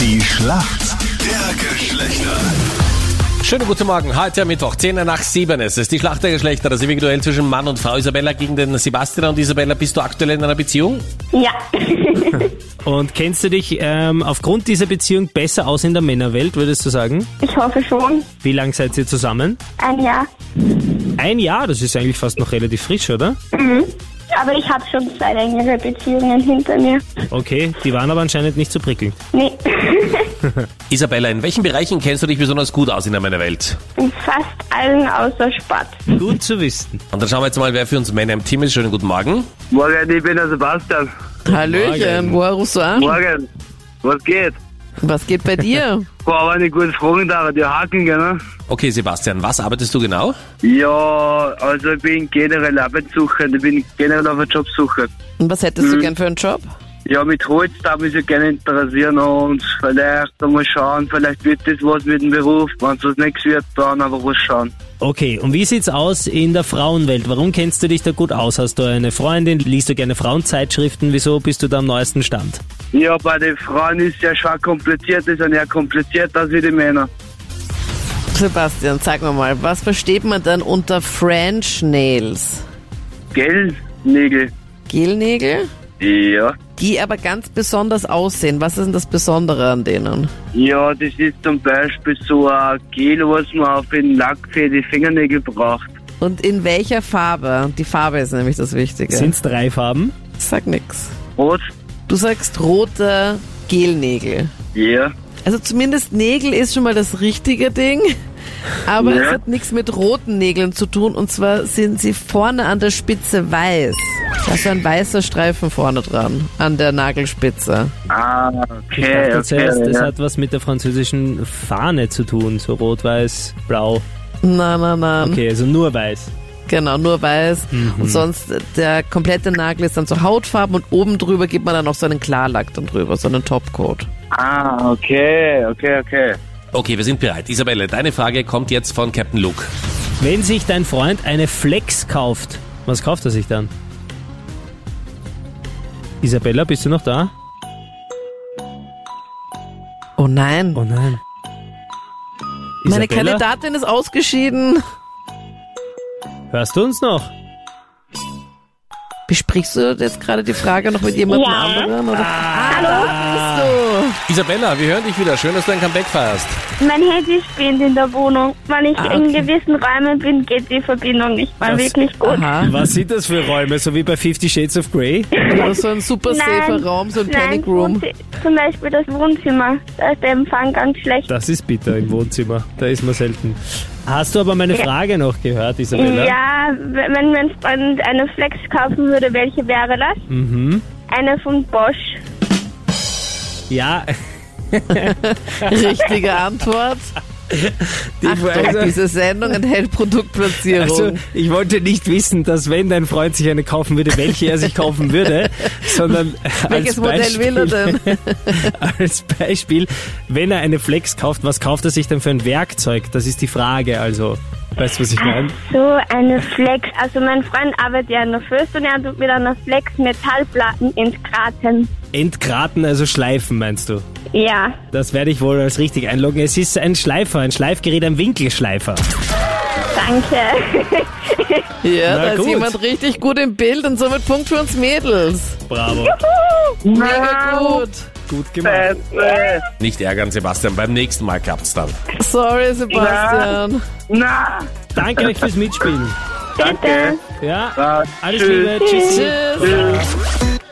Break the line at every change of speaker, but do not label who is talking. Die Schlacht der Geschlechter.
Schönen guten Morgen. Heute am Mittwoch, 10 nach 7. Es ist die Schlacht der Geschlechter, das ewige Duell zwischen Mann und Frau. Isabella gegen den Sebastian und Isabella, bist du aktuell in einer Beziehung?
Ja.
Und kennst du dich ähm, aufgrund dieser Beziehung besser aus in der Männerwelt, würdest du sagen?
ich hoffe schon.
Wie lang seid ihr zusammen?
Ein Jahr.
Ein Jahr, das ist eigentlich fast noch relativ frisch, oder?
Aber ich habe schon zwei längere Beziehungen hinter mir.
Okay, die waren aber anscheinend nicht so prickelnd.
Nee.
Isabella, in welchen Bereichen kennst du dich besonders gut aus in der Männerwelt?
In fast allen außer Sport.
Gut zu wissen.
Und dann schauen wir jetzt mal, wer für uns Männer im Team ist. Schönen guten Morgen.
Morgen, ich bin der Sebastian.
Hallöchen,
Morgen.
woher rufst du an?
Morgen, was geht?
Was geht bei dir?
Boah, war eine gute Frage da, die haken, gell? ne?
Okay, Sebastian, was arbeitest du genau?
Ja, also ich bin generell arbeitssuchend, ich bin generell auf der Jobsuche.
Und was hättest du gern für einen Job?
Ja, mit Holz darf mich ja gerne interessieren und vielleicht mal schauen, vielleicht wird das was mit dem Beruf. Wenn es was nichts wird, dann aber was schauen.
Okay, und wie sieht's aus in der Frauenwelt? Warum kennst du dich da gut aus? Hast du eine Freundin? Liest du gerne Frauenzeitschriften? Wieso bist du da am neuesten Stand?
Ja, bei den Frauen ist ja schon kompliziert, die sind ja komplizierter als wie die Männer.
Sebastian, sag mir mal, was versteht man dann unter French Nails?
Gell, Nägel?
Gelnägel?
Ja.
Die aber ganz besonders aussehen. Was ist denn das Besondere an denen?
Ja, das ist zum Beispiel so ein Gel, was man auf den Lack für die Fingernägel braucht.
Und in welcher Farbe? Die Farbe ist nämlich das Wichtige.
Sind's drei Farben?
Ich sag nix.
Rot?
Du sagst rote Gelnägel.
Ja.
Also zumindest Nägel ist schon mal das richtige Ding. Aber
Ja.
es hat nichts mit roten Nägeln zu tun. Und zwar sind sie vorne an der Spitze weiß. Da ist so ein weißer Streifen vorne dran, an der Nagelspitze.
Ah,
Ich
okay,
dachte
okay.
zuerst, das
ja.
hat was mit der französischen Fahne zu tun. So rot, weiß, blau.
Na, na, na.
Okay, Mhm. also nur weiß.
Genau, nur weiß. Und sonst, äh, der komplette Nagel ist dann so Hautfarben und oben drüber gibt man dann noch so einen Klarlack dann drüber, so einen Topcoat.
Ah, okay, okay, okay.
Okay, wir sind bereit. Isabella, deine Frage kommt jetzt von Captain Luke.
Wenn sich dein Freund eine Flex kauft, was kauft er sich dann? Isabella, bist du noch da?
Oh nein.
Oh nein.
Meine
Isabella,
Kandidatin ist ausgeschieden.
hörst du uns noch?
Besprichst du jetzt gerade die Frage noch mit jemandem
Ja.
anderen? Oder? Hallo, bist
Isabella, wir hören dich wieder. Schön, dass du ein Comeback feierst.
Mein Handy spinnt in der Wohnung. Wenn ich
Ah,
in
okay.
gewissen Räumen bin, geht die Verbindung nicht mal
Das-
wirklich
du?
gut.
Aha.
Was sind das für Räume? So wie bei Fifty Shades of Grey?
Oder so ein super safer Raum, so ein
nein,
Panic Room.
Wohnzi- Zum Beispiel das Wohnzimmer. Da ist der Empfang ganz schlecht.
Das ist bitter im Wohnzimmer. Da ist man selten. Hast du aber meine Frage noch gehört, Isabella?
Ja, wenn wenn mein Freund eine Flex kaufen würde, welche wäre das?
Mhm.
Eine von Bosch.
Ja,
Richtige Antwort.
die
Achtung,
Frage-
diese Sendung enthält Produktplatzierung.
Also, ich wollte nicht wissen, dass wenn dein Freund sich eine kaufen würde, welche er sich kaufen würde, sondern als
Welches Modell
Beispiel,
will er denn?
als Beispiel, wenn er eine Flex kauft, was kauft er sich denn für ein Werkzeug? Das ist die Frage, also. Weißt du,
Ah.
was ich meine?
So eine Flex. Also mein Freund arbeitet ja in der Fürst und er tut mit einer Flex Metallplatten ins Graten.
Entgraten, also schleifen, meinst du?
Ja.
Das werde ich wohl als richtig einloggen. Es ist ein Schleifer, ein Schleifgerät, ein Winkelschleifer.
Danke.
Na
Ja, da ist
gut.
jemand richtig gut im Bild und somit Punkt für uns Mädels.
Bravo.
Mega gut.
Gut gemacht.
Äh,
Nicht ärgern, Sebastian. Beim nächsten Mal klappt's dann.
Sorry, Sebastian.
na,
Danke euch fürs Mitspielen.
Bitte.
Ja,
na,
alles
Ah, tschüss.
Liebe. Tschüssi.
Tschüss.